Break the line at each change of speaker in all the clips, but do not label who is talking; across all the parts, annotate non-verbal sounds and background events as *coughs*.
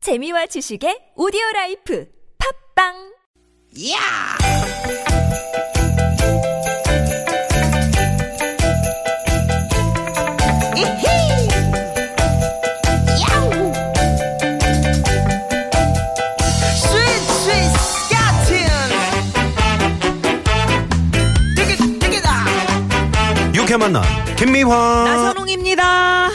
재미와 지식의 오디오 라이프 팝빵
야! 이히! 야우! 스윗 스윗 스카틴! 되게 되게다!
유쾌 만남 김미화
나선홍입니다.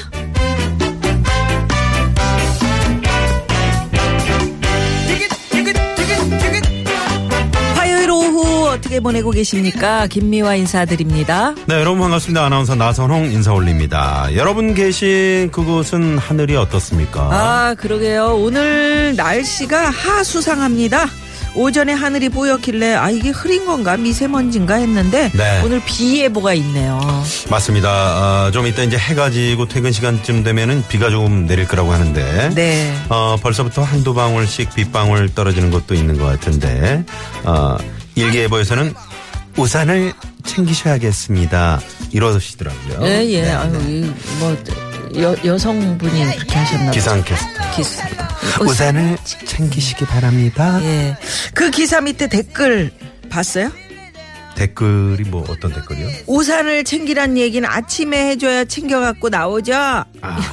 되게 되게 되게 되게
화요일 오후 어떻게 보내고 계십니까? 김미화 인사드립니다.
네 여러분 반갑습니다 아나운서 나선홍 인사 올립니다 여러분 계신 그곳은 하늘이 어떻습니까
아, 그러게요. 오늘 날씨가 하수상합니다. 오전에 하늘이 뿌옇길래 아 이게 흐린 건가 미세먼지인가 했는데
네.
오늘 비 예보가 있네요.
맞습니다 아, 좀 이따 이제 해가 지고 퇴근 시간쯤 되면은 비가 조금 내릴 거라고 하는데
네.
어, 벌써부터 한두 방울씩 빗방울 떨어지는 것도 있는 것 같은데 어, 일기예보에서는 우산을 챙기셔야겠습니다 이러시더라고요
예, 예.
네,
아유,
네.
이, 뭐 여, 여성분이 그렇게 하셨나 봐요.
기상캐스터
기사.
우산을 챙기시기 바랍니다
예. 그 기사 밑에 댓글 봤어요?
댓글이 뭐 어떤 댓글이요?
우산을 챙기란 얘기는 아침에 해줘야 챙겨갖고 나오죠.
아.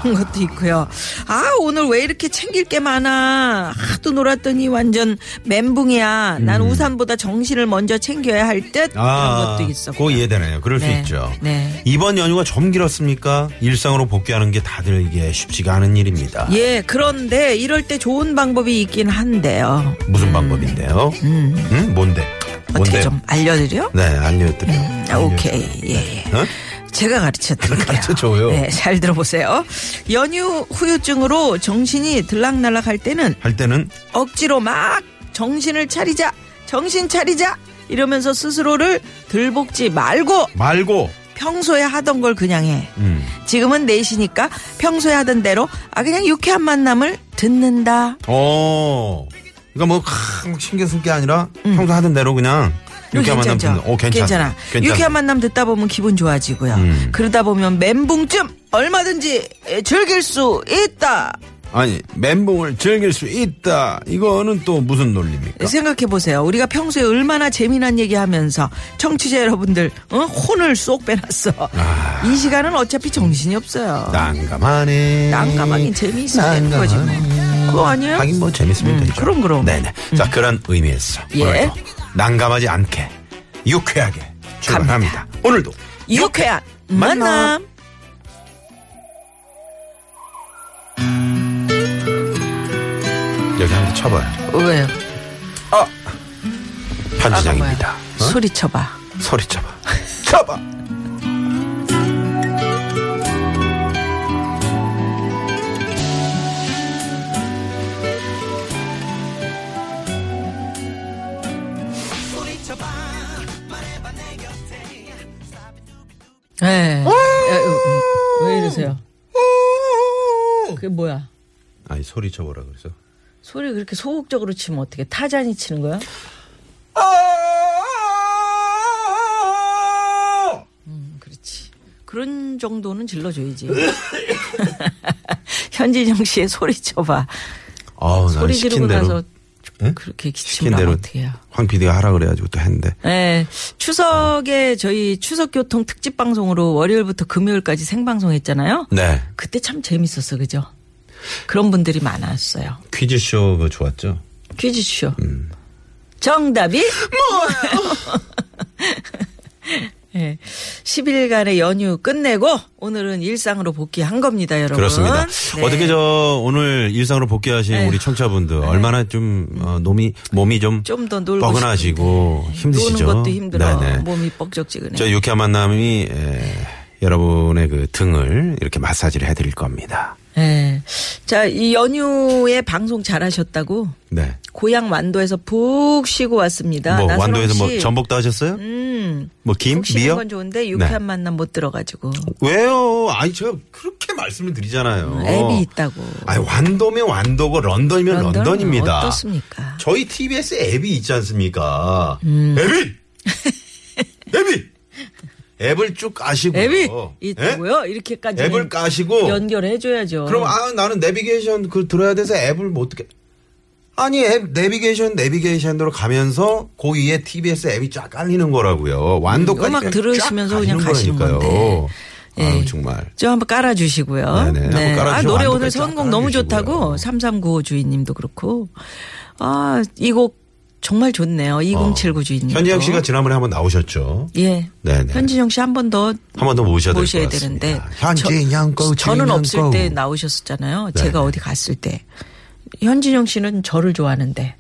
이런 것도 있고요. 아, 오늘 왜 이렇게 챙길 게 많아. 하도 놀았더니 완전 멘붕이야. 난
음.
우산보다 정신을 먼저 챙겨야 할 듯. 이런 것도 있었고.
아, 그거 이해되네요. 그럴 수
네.
있죠.
네.
이번 연휴가 좀 길었습니까? 일상으로 복귀하는 게 다들 이게 쉽지가 않은 일입니다.
예, 그런데 이럴 때 좋은 방법이 있긴 한데요.
무슨 방법인데요? 음. 뭔데?
어떻게
뭔데요?
좀 알려드려?
네, 알려드려.
아, 오케이. 예, 예.
어?
제가 가르쳐 드릴게요.
가르쳐줘요.
네, 잘 들어보세요. 연휴 후유증으로 정신이 들락날락할 때는
할 때는
억지로 막 정신을 차리자, 정신 차리자 이러면서 스스로를 들볶지 말고
말고.
평소에 하던 걸 그냥 해.
음.
지금은 4시니까 평소에 하던 대로 아 그냥 유쾌한 만남을 듣는다.
어. 그러니까 뭐 하, 막 신경 쓸 게 아니라 평소 하던 대로 그냥 유쾌한 만남
음. 괜찮죠?
듣는. 어, 괜찮아.
괜찮아. 유쾌한 만남 듣다 보면 기분 좋아지고요.
음.
그러다 보면 멘붕쯤 얼마든지 즐길 수 있다.
아니, 멘붕을 즐길 수 있다. 이거는 또 무슨 논리입니까?
생각해 보세요. 우리가 평소에 얼마나 재미난 얘기하면서 청취자 여러분들 어? 혼을 쏙 빼놨어.
아.
이 시간은 어차피 정신이 없어요.
난감하네.
난감하긴 재미있어야 되는 거지 뭐. 그거 아니에요? 음,
하긴 뭐 재밌으면 되죠.
그럼, 그럼. 음.
네네. 자 그런 의미에서
예.
오늘도 난감하지 않게 유쾌하게 출발합니다. 오늘도
유쾌한 만남.
만남. 여기 한번 쳐봐요.
왜요?
편지장입니다. 어?
아, 소리 쳐봐.
소리
*laughs*
쳐봐. 쳐봐.
에. 네.
어!
왜 이러세요? 그게 뭐야?
아니 소리 쳐보라 그래서.
소리 그렇게 소극적으로 치면 어떻게 타잔이 치는 거야? 음, 그렇지. 그런 정도는 질러줘야지. *laughs* 현진영 씨의 소리 쳐봐.
아우 난
소리
시킨
지르고
대로
나서
응?
그렇게
시킨
기침을 하면
대로
어떡해요.
황 PD가 하라 그래가지고 또 했는데.
네, 추석에 저희 추석교통 특집 방송으로 월요일부터 금요일까지 생방송했잖아요.
네
그때 참 재밌었어, 그죠? 그런 분들이 많았어요.
퀴즈쇼 그 좋았죠.
퀴즈쇼.
음.
정답이 *laughs* 예, 10일간의 연휴 끝내고 오늘은 일상으로 복귀한 겁니다, 여러분.
그렇습니다.
네.
어떻게 저 오늘 일상으로 복귀하신
에휴.
우리 청취자분들 얼마나 좀 어, 몸이 몸이 좀
네. 좀더 놀고 네.
뻐근하시고 힘드시죠?
노는 것도 힘들어.
네네.
몸이 뻑적지근해.
저 유쾌한 만남이 에, 여러분의 그 등을 이렇게 마사지를 해드릴 겁니다.
예. 자, 이 연휴에 방송 잘하셨다고
네.
고향 완도에서 푹 쉬고 왔습니다.
뭐
아, 나선홍
완도에서 뭐
씨.
전복도 하셨어요?
음.
뭐 김,
푹 쉬는
미역?
건 좋은데 유쾌한
네.
만남 못 들어가지고
왜요? 아니 제가 그렇게 말씀을 드리잖아요.
앱이 있다고.
아니 완도면 완도고 런던이면
런던은
런던입니다.
어떻습니까?
저희
음. *laughs*
TBS 앱이 있지 않습니까? 앱이! 앱이! 앱을 쭉 까시고.
앱이 있다고요? 이렇게까지
어. 예? 앱을 까시고.
연결해 줘야죠.
그럼 아 나는 내비게이션 그 들어야 돼서 앱을 뭐 어떻게 아니 앱 내비게이션 내비게이션으로 가면서 그 위에 TBS 앱이 쫙 깔리는 거라고요 완도까지
음악
그냥
들으시면서
쫙
그냥
깔리는
가시는
거라니까요.
건데.
아유
예.
정말
좀 한번 깔아주시고요.
네네, 한번 깔아주시고
아, 노래
안도까지
오늘 선곡 너무
깔아주시고요.
좋다고 3395 주인님도 그렇고. 아, 이 곡 정말 좋네요. 2079 주인님.
어. 현지영 씨가 지난번에 한번 나오셨죠.
음. 예.
네네.
현진영 씨 한 번 더
한 번 더 모셔야 될
모셔야
것 같습니다.
되는데.
현진영
저-
거,
저는
진영
없을
거.
때 나오셨었잖아요.
네.
제가 어디 갔을 때. 현진영 씨는 저를 좋아하는데.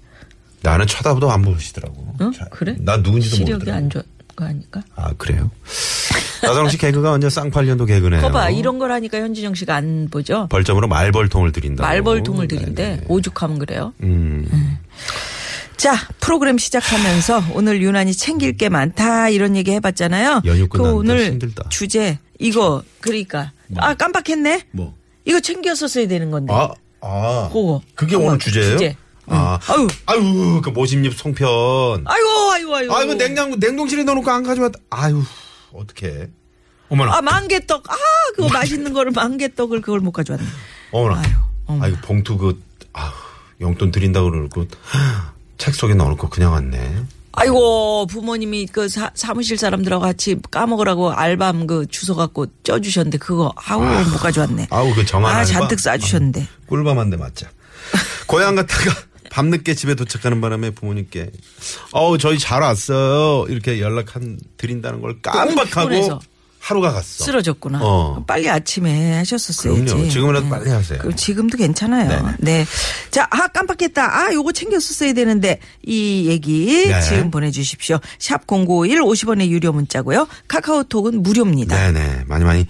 나는 쳐다보도 안 보시더라고.
어?
자,
그래?
나 누군지도
시력이
모르더라고.
안 좋은 거 아닐까?
아 그래요. *laughs* 나성 씨 개그가 완전 쌍팔년도 개그네요.
거봐 이런 걸 하니까 현진영 씨가 안 보죠.
벌점으로 말벌통을 드린다.
말벌통을 네. 드린데 오죽하면 그래요.
네,
네.
음.
자 프로그램 시작하면서 오늘 유난히 챙길 게 많다 이런 얘기 해봤잖아요.
연휴 끝났는데
그 오늘
힘들다.
주제 이거 그러니까 아 깜빡했네.
뭐?
이거 챙겨서 써야 되는 건데.
아, 아.
그거.
그게
그거,
오늘 주제예요?
주제.
아.
아유.
아유. 그 모집잎 송편.
아이고 아이고 아이고.
아이고, 냉장고, 냉동실에 넣어놓고 안 가져왔다. 아유, 어떡해. 어머나.
아 만개떡. 아 그거 맛있는 거를 만개떡을 그걸 못 가져왔네.
어머나.
아유, 어머나.
아이고, 봉투 그, 아유, 용돈 드린다고 그러고, 책 속에 넣어놓고 그냥 왔네.
아이고 부모님이 그 사, 무실 사람들하고 같이 까먹으라고 알밤 그 주소 갖고 쪄주셨는데 그거 아우 못 가져왔네.
아우, 그 아, 정한
아
알밤.
잔뜩 싸주셨는데.
꿀밤 한 대 맞자. 고향 갔다가
*laughs*
밤늦게 집에 도착하는 바람에 부모님께 어우 저희 잘 왔어요 이렇게 연락 한 드린다는 걸 깜빡하고
피곤해서.
하루가 갔어.
쓰러졌구나.
어.
빨리 아침에 하셨었어야지.
그럼요. 지금이라도
네.
빨리 하세요.
그럼 지금도 괜찮아요. 네. 자, 아 깜빡했다. 아 요거 챙겼어 써야 되는데 이 얘기
네.
지금 보내주십시오. 샵 #051 50원의 유료 문자고요. 카카오톡은 무료입니다.
네네 많이 많이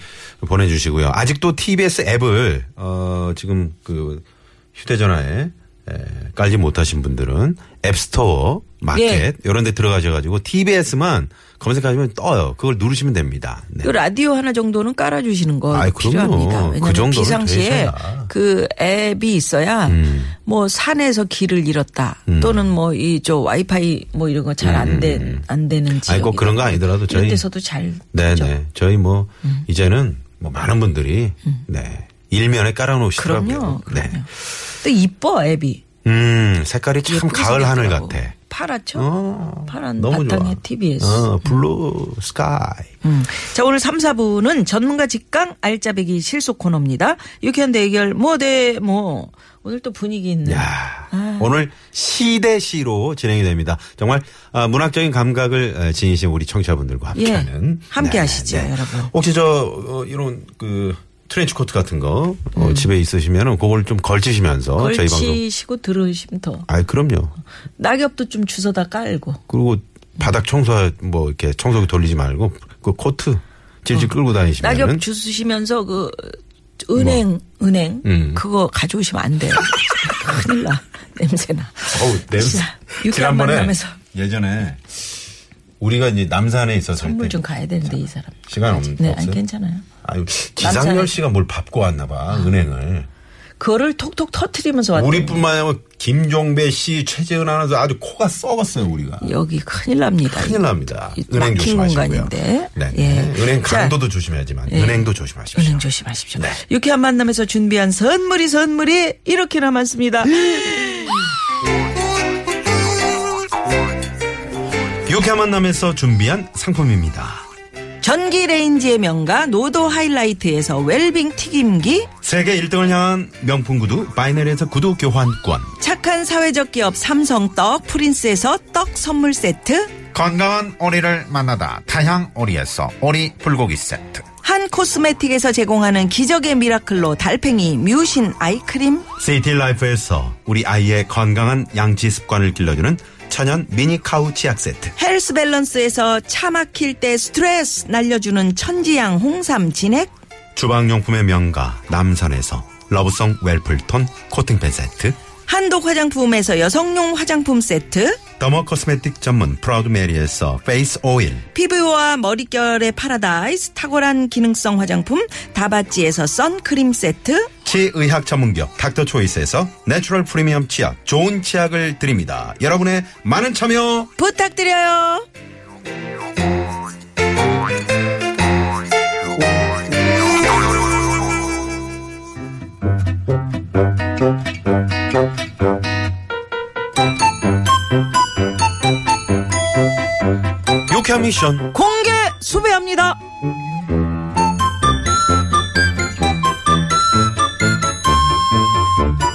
보내주시고요. 아직도 TBS 앱을 어 지금 그 휴대전화에 에, 깔지 못하신 분들은 앱스토어 마켓
예.
이런 데 들어가셔가지고 TBS만 검색하시면 떠요. 그걸 누르시면 됩니다. 네.
그 라디오 하나 정도는 깔아주시는 거
아이, 그럼요.
필요합니다.
그
왜냐하면
정도는
비상시에
되셔야.
그 앱이 있어야
음.
뭐 산에서 길을 잃었다 또는 뭐 이 저 와이파이 뭐 이런 거 잘 안 되 안 되는
음.
지역
아니, 꼭 그런 거 아니더라도 저희-
이런 데서도 잘
네네.
되죠. 음.
저희 뭐 이제는 뭐 많은 분들이 네 일면에 깔아놓으시더라고요.
그럼요. 그럼요.
네.
또 이뻐 앱이
음 색깔이 참
예쁘게
가을 하늘
생겼더라고.
같아.
파랗죠.
어,
파란
너무
바탕에
좋아.
TBS.
어, 블루 스카이.
음. 자, 오늘 3, 4부는 전문가 직강 알짜배기 실속 코너입니다. 유쾌한 대결, 뭐, 대, 뭐. 오늘 또 분위기 있는.
야
아.
오늘 시대시로 진행이 됩니다. 정말 아, 문학적인 감각을 에, 지니신 우리 청취자분들과 함께하는 네,
예, 함께 하시죠, 여러분.
혹시 저 어, 이런 그 트렌치 코트 같은 거 어, 집에 있으시면은 그걸 좀 걸치시면서 뭐 저희 방송.
음. 걸치시고 들으시면 더.
아 그럼요.
낙엽도 좀 주워다 깔고.
그리고 바닥 청소 뭐 이렇게 청소기 돌리지 말고 그 코트 질질 끌고 다니시면은
어. 낙엽 주스시면서 그, 은행, 은행.
음.
그거 가져오시면 안 돼요. *laughs* 큰일 나. 냄새나.
어우 냄새.
진짜 유쾌한 만남에서.
예전에 우리가 이제 남산에 있었을 때
선물 좀 가야 되는데, 이 사람.
시간 없,
네,
없어요?
아니, 괜찮아요.
아유, 지상렬
남산에- 아.
씨가 뭘 밟고 왔나 봐, 은행을.
그거를 톡톡 터트리면서 왔다.
우리뿐만 아니라 김종배 씨, 최재은 아나운서 아주 코가 썩었어요, 우리가.
여기 큰일 납니다.
큰일 납니다.
이
은행
막힌
조심하시고요.
공간인데.
네, 네.
예.
은행
자, 예.
강도도 조심하지만 은행도 조심하십시오.
은행 조심하십시오.
네.
유쾌한 만남에서 준비한 선물이 선물이 이렇게나 많습니다.
네. 유쾌한 만남에서 준비한 상품입니다.
전기 레인지의 명가 노도 하이라이트에서 웰빙 튀김기
세계 1등을 향한 명품 구두 바이넬에서 구두 교환권
착한 사회적 기업 삼성떡 프린스에서 떡 선물 세트
건강한 오리를 만나다 타향 오리에서 오리 불고기 세트
한 코스메틱에서 제공하는 기적의 미라클로 달팽이 뮤신 아이크림
시티라이프에서 우리 아이의 건강한 양치 습관을 길러주는 천연 미니 카우치 약세트
헬스 밸런스에서 차 막힐 때 스트레스 날려주는 천지양 홍삼 진액
주방용품의 명가 남산에서 러브송 웰플톤 코팅팬 세트
한독 화장품에서 여성용 화장품 세트
더머 코스메틱 전문 프라우드 메리에서 페이스 오일
피부와 머릿결의 파라다이스 탁월한 기능성 화장품 다바찌에서 선크림 세트
치의학 전문기업 닥터 초이스에서 내추럴 프리미엄 치약 좋은 치약을 드립니다 여러분의 많은 참여
부탁드려요.
수배야 미션.
공개 수배합니다.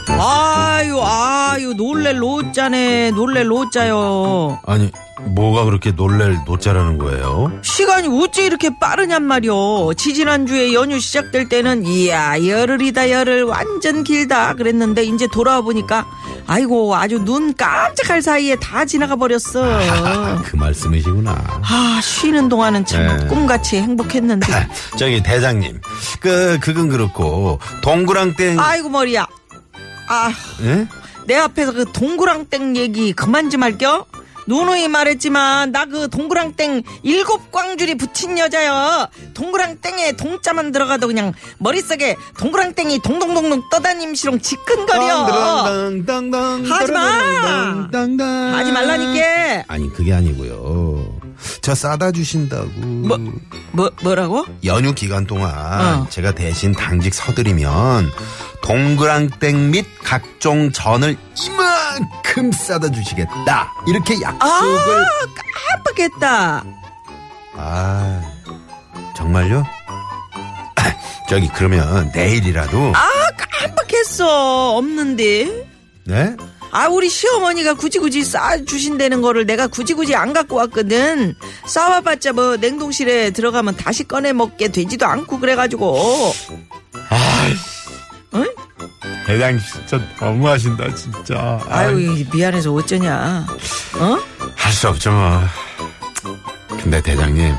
아유 아유 놀래 로짜네 놀래 로짜요.
아니, 뭐가 그렇게 놀랄 노자라는 거예요?
시간이 어째 이렇게 빠르냔 말이오. 지지난주에 연휴 시작될 때는 이야 열흘이다 열흘 완전 길다 그랬는데 이제 돌아와 보니까 아이고 아주 눈 깜짝할 사이에 다 지나가 버렸어.
*laughs* 아, 그 말씀이시구나.
아 쉬는 동안은 참
네.
꿈같이 행복했는데.
아, 저기 대장님, 그 그건 그렇고 동그랑 땡,
아이고 머리야. 아,
예?
내 앞에서 그 동그랑땡 얘기 그만 좀 할겨. 누누이 말했지만 나 그 동그랑땡 일곱 광줄이 붙인 여자여. 동그랑땡에 동자만 들어가도 그냥 머릿속에 동그랑땡이 동동동동 떠다님시롱 지끈거려.
땅땅땅땅,
하지 마!
땅땅땅땅.
하지 말라니까.
아니 그게 아니고요. 저 싸다 주신다고.
뭐, 뭐, 뭐라고?
연휴 기간 동안
어.
제가 대신 당직 서드리면 동그랑땡 및 각종 전을 이만큼 싸다 주시겠다. 이렇게
아,
약속을.
깜빡했다.
아, 정말요? *coughs* 저기 그러면 내일이라도
아, 깜빡했어. 없는데.
네?
아 우리 시어머니가 굳이 굳이 싸 주신다는 거를 내가 굳이 굳이 안 갖고 왔거든. 싸와봤자 뭐 냉동실에 들어가면 다시 꺼내 먹게 되지도 않고 그래가지고.
대장 진짜 너무하신다 진짜.
아유 예. 이 미안해서 어쩌냐. 어?
할 수 없죠 뭐. 근데 대장님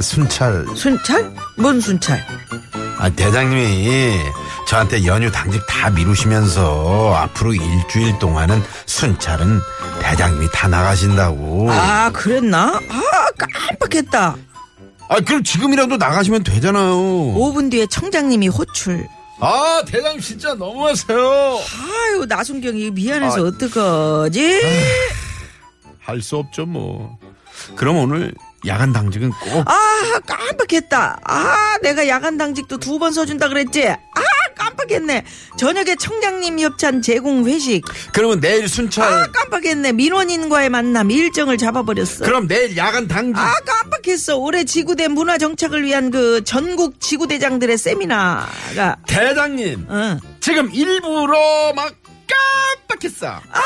순찰
순찰? 뭔 순찰?
아, 대장님이 저한테 연휴 당직 다 미루시면서 앞으로 일주일 동안은 순찰은 대장님이 다 나가신다고. 아,
아 그랬나? 아 깜빡했다.
아, 그럼 지금이라도 나가시면 되잖아요.
5분 뒤에 청장님이 호출.
아, 대장님 진짜 너무하세요.
아유 나순경이 미안해서 어떡하지?
할 수 없죠, 뭐. 그럼 오늘 야간 당직은 꼭
아 깜빡했다 아 내가 야간 당직도 두 번 서준다 그랬지 아 깜빡했네 저녁에 청장님 협찬 제공 회식
그러면 내일 순찰
아 깜빡했네 민원인과의 만남 일정을 잡아버렸어
그럼 내일 야간 당직
아 깜빡했어 올해 지구대 문화 정착을 위한 그 전국 지구대장들의 세미나가 어.
대장님
응.
지금 일부러 막 깜빡했어.
아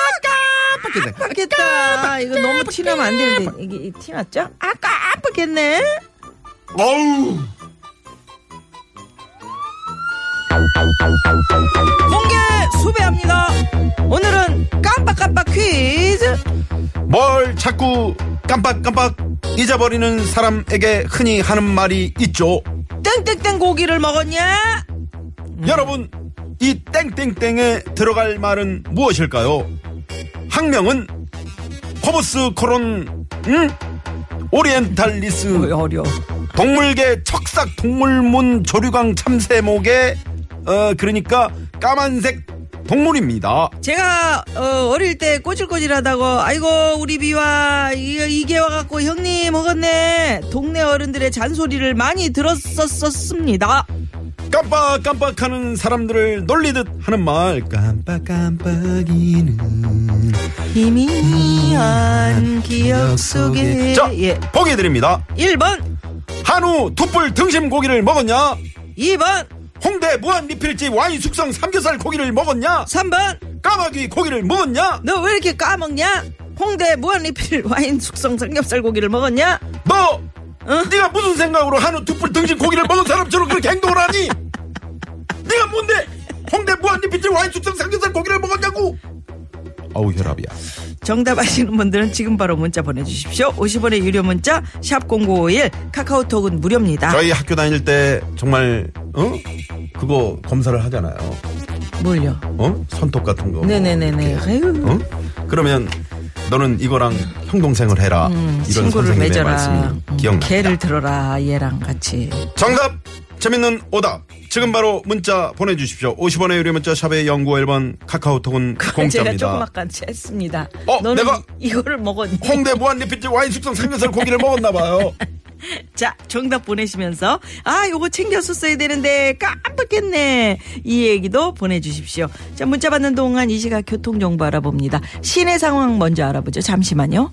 깜빡했다 깜빡했다 이거 너무 티나면 안 되는데 이게 이게 티났죠? 아 깜빡했네
어우.
공개 수배합니다 오늘은 깜빡깜빡 퀴즈
뭘 자꾸 깜빡깜빡 잊어버리는 사람에게 흔히 하는 말이 있죠.
땡땡땡 고기를 먹었냐?
여러분, 이 땡땡땡에 들어갈 말은 무엇일까요? 학명은 코브스 코론, 응? 오리엔탈리스,
어려.
동물계 척삭 동물문 조류광 참새목의, 어, 그러니까 까만색 동물입니다.
제가 어, 릴때 꼬질꼬질하다고 아이고 우리 비와 이, 이게 와갖고 형님 먹었네 동네 어른들의 잔소리를 많이 들었었습니다.
깜빡깜빡하는 사람들을 놀리듯 하는 말, 깜빡깜빡이는.
희미한 기억 속에
자,
예.
보기 드립니다.
1번,
한우 두뿔 등심 고기를 먹었냐?
2번,
홍대 무한 리필집 와인 숙성 삼겹살 고기를 먹었냐?
3번
까마귀 고기를 먹었냐?
너 왜 이렇게 까먹냐? 홍대 무한리필 와인 숙성 삼겹살 고기를 먹었냐?
너 네가 무슨 생각으로 한우 두뿔 등심 고기를 먹은 사람처럼 그렇게 행동을 하니? 네가 뭔데? 홍대 무한 리필집 와인 숙성 삼겹살 고기를 먹었냐고? 아우 혈압이야.
정답 아시는 분들은 지금 바로 문자 보내주십시오. 50원의 유료 문자 샵 #0951 카카오톡은 무료입니다.
저희 학교 다닐 때 정말 어 그거 검사를 하잖아요.
뭘요?
어 손톱 같은 거.
네네네네. 아유,
어? 그러면 너는 이거랑 형동생을 해라. 이런
음, 친구를
선생님의
맺어라.
말씀이
음,
기억납니다.
개를 들어라. 얘랑 같이.
정답 재밌는 오답 지금 바로 문자 보내주십시오. 50원의 유료 문자 샵의 연구 1번 카카오톡은
아, 제가 조금
공짜입니다.
아까 했습니다.
어,
너는
내가-
이거를 먹었니?
홍대 무한 리필집 와인 숙성 삼겹살 고기를 먹었나
*laughs*
봐요.
자, 정답 보내시면서 아, 요거 챙겨서 써야 되는데 깜빡했네. 이 얘기도 보내주십시오. 자, 문자 받는 동안 이 시각 교통 정보 알아봅니다. 시내 상황 먼저 알아보죠. 잠시만요.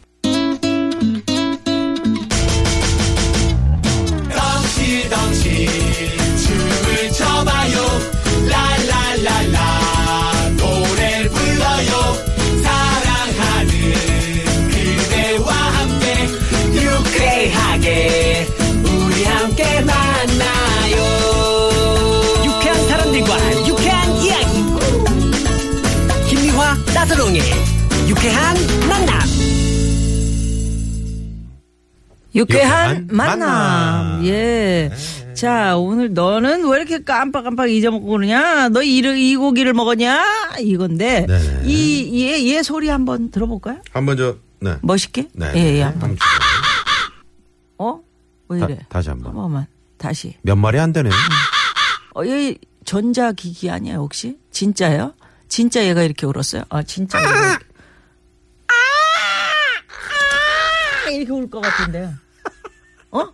따스롱의 유쾌한 만남.
유쾌한
유쾌한
만남.
만남. 네.
예. 자, 오늘 너는 왜 이렇게 깜빡깜빡 잊어먹고 그러냐? 너 이, 이 고기를 먹었냐? 이건데.
네네.
이, 얘, 얘 소리 한번 들어볼까요?
한번 저, 네.
멋있게?
네.
예, 예. 한번.
한번
어? 왜
다-
이래?
다시 한 번.
한 번만. 다시.
몇 마리 안 되네.
어, 얘 전자기기 아니야, 혹시? 진짜요? 진짜 얘가 이렇게 울었어요? 아, 진짜. 얘가 이렇게. 아! 이렇게 울 것 같은데. 어?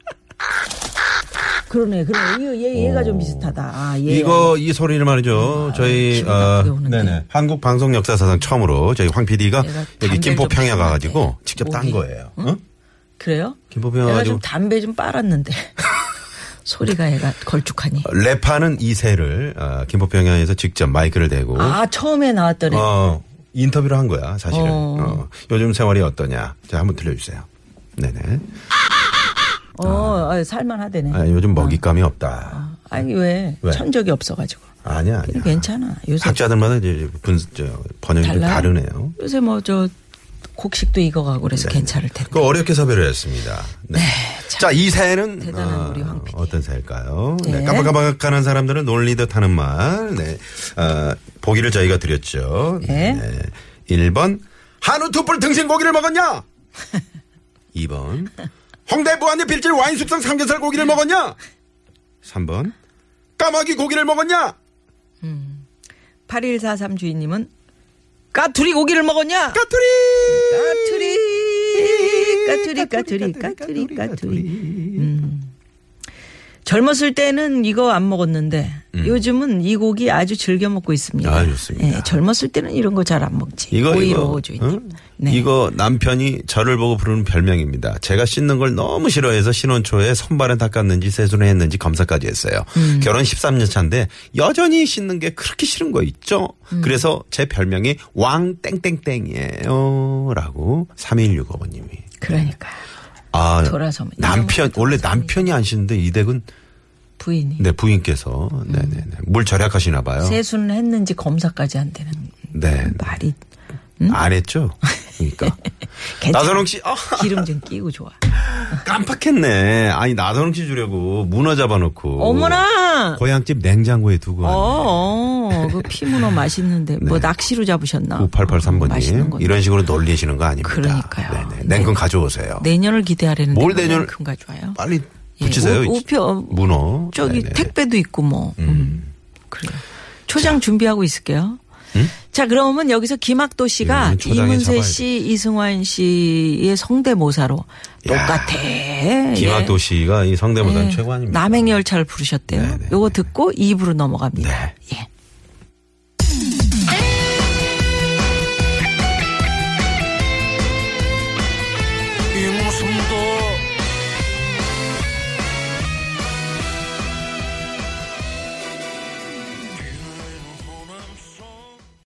그러네, 그러네. 얘, 얘, 얘가 좀 비슷하다. 아, 얘.
어. 이거 이 소리를 말이죠.
아,
저희
기분
어,
나쁘게 오는데.
네네. 한국 방송 역사사상 처음으로 저희 황 PD가
내가
여기
담배를
김포
좀 네.
평야
피웠는데.
가가지고 직접 딴
목이.
거예요. 응?
그래요?
김포병
얘가
와가지고.
좀 담배 좀 빨았는데. *laughs* 소리가 얘가 걸쭉하니.
어? 랩하는 이세를 어, 김포 평야에서 직접 마이크를 대고
아, 처음에 나왔더니.
어, 인터뷰를 한 거야 사실은.
어.
어, 요즘 생활이 어떠냐? 자 한번 들려주세요. 네네.
어, 아, 살만하대네.
아, 요즘 먹잇감이 없다.
아니, 왜?
왜?
천적이 없어가지고.
아니야
근데
아니야.
괜찮아. 요새
학자들마다 이제 분, 저, 번역이 좀
달라요?
다르네요.
요새 뭐 저 곡식도 익어가고 그래서 괜찮을 텐데.
그 어렵게 섭외를 했습니다. 네. 자, 이 새는
대단한 우리 황 PD.
어떤 새일까요? 네.
네.
깜빡깜빡하는 사람들은 놀리듯 하는 말. 네. 어, 보기를 저희가 드렸죠.
네.
1번 한우 투뿔 등심 고기를 먹었냐? 2번 홍대 부안의 빌질 와인 숙성 삼겹살 고기를 먹었냐? 3번 까마귀 고기를 먹었냐?
8143 주인님은 까투리 고기를 먹었냐?
까투리!
까투리 까투리 까투리 까투리 까투리. 음. 젊었을 때는 이거 안 먹었는데 요즘은 이 고기 아주 즐겨 먹고 있습니다.
음. 아, 좋습니다.
예, 젊었을 때는 이런 거 잘 안 먹지.
이거
오이로 네.
이거
주인님.
응? 이거 남편이 저를 보고 부르는 별명입니다. 제가 씻는 걸 너무 싫어해서 신혼 초에 손발은 닦았는지 세수는 했는지 검사까지 했어요.
음.
결혼 13년 차인데 여전히 씻는 게 그렇게 싫은 거 있죠.
음.
그래서 제 별명이 왕 땡땡땡이에요라고 3165번님이
그러니까
아
돌아서면
남편 원래 남편이 안 씻는데 이댁은
부인이
네 어. 부인께서 네네네 물 절약하시나 봐요.
음. 세수는 했는지 검사까지 안 되는
네.
말이 음?
안 했죠.
*laughs*
그러니까
괜찮아.
나선홍 씨 어,
기름 좀 끼고 좋아.
깜빡했네. 아니 나선홍 씨 주려고 문어 잡아놓고.
어머나.
고향집 냉장고에 두고.
어, 어, 그 피문어 맛있는데 뭐 낚시로 잡으셨나? 맛있는
9883번님
건데.
네. 이런 식으로 놀리시는 거 아닙니다.
그러니까요.
네네. 냉큼
네.
가져오세요.
내년을 기대하려는데
뭘 내년을-
큰 가져와요?
빨리
예,
붙이세요.
우- 우표-
문어.
저기
네네.
택배도 있고 뭐. 음. 그래요. 초장 준비하고 있을게요. 자, 그러면 여기서 김학도
이거는 음?
씨가
예, 초장에
이문세
잡아야
씨, 이승환 씨의 성대모사로
야.
똑같아. 예.
김학도 씨가 이 성대모사는
예.
최고 아닙니까?
남행열차를 부르셨대요. 요거 듣고 입으로 넘어갑니다.
네.
예.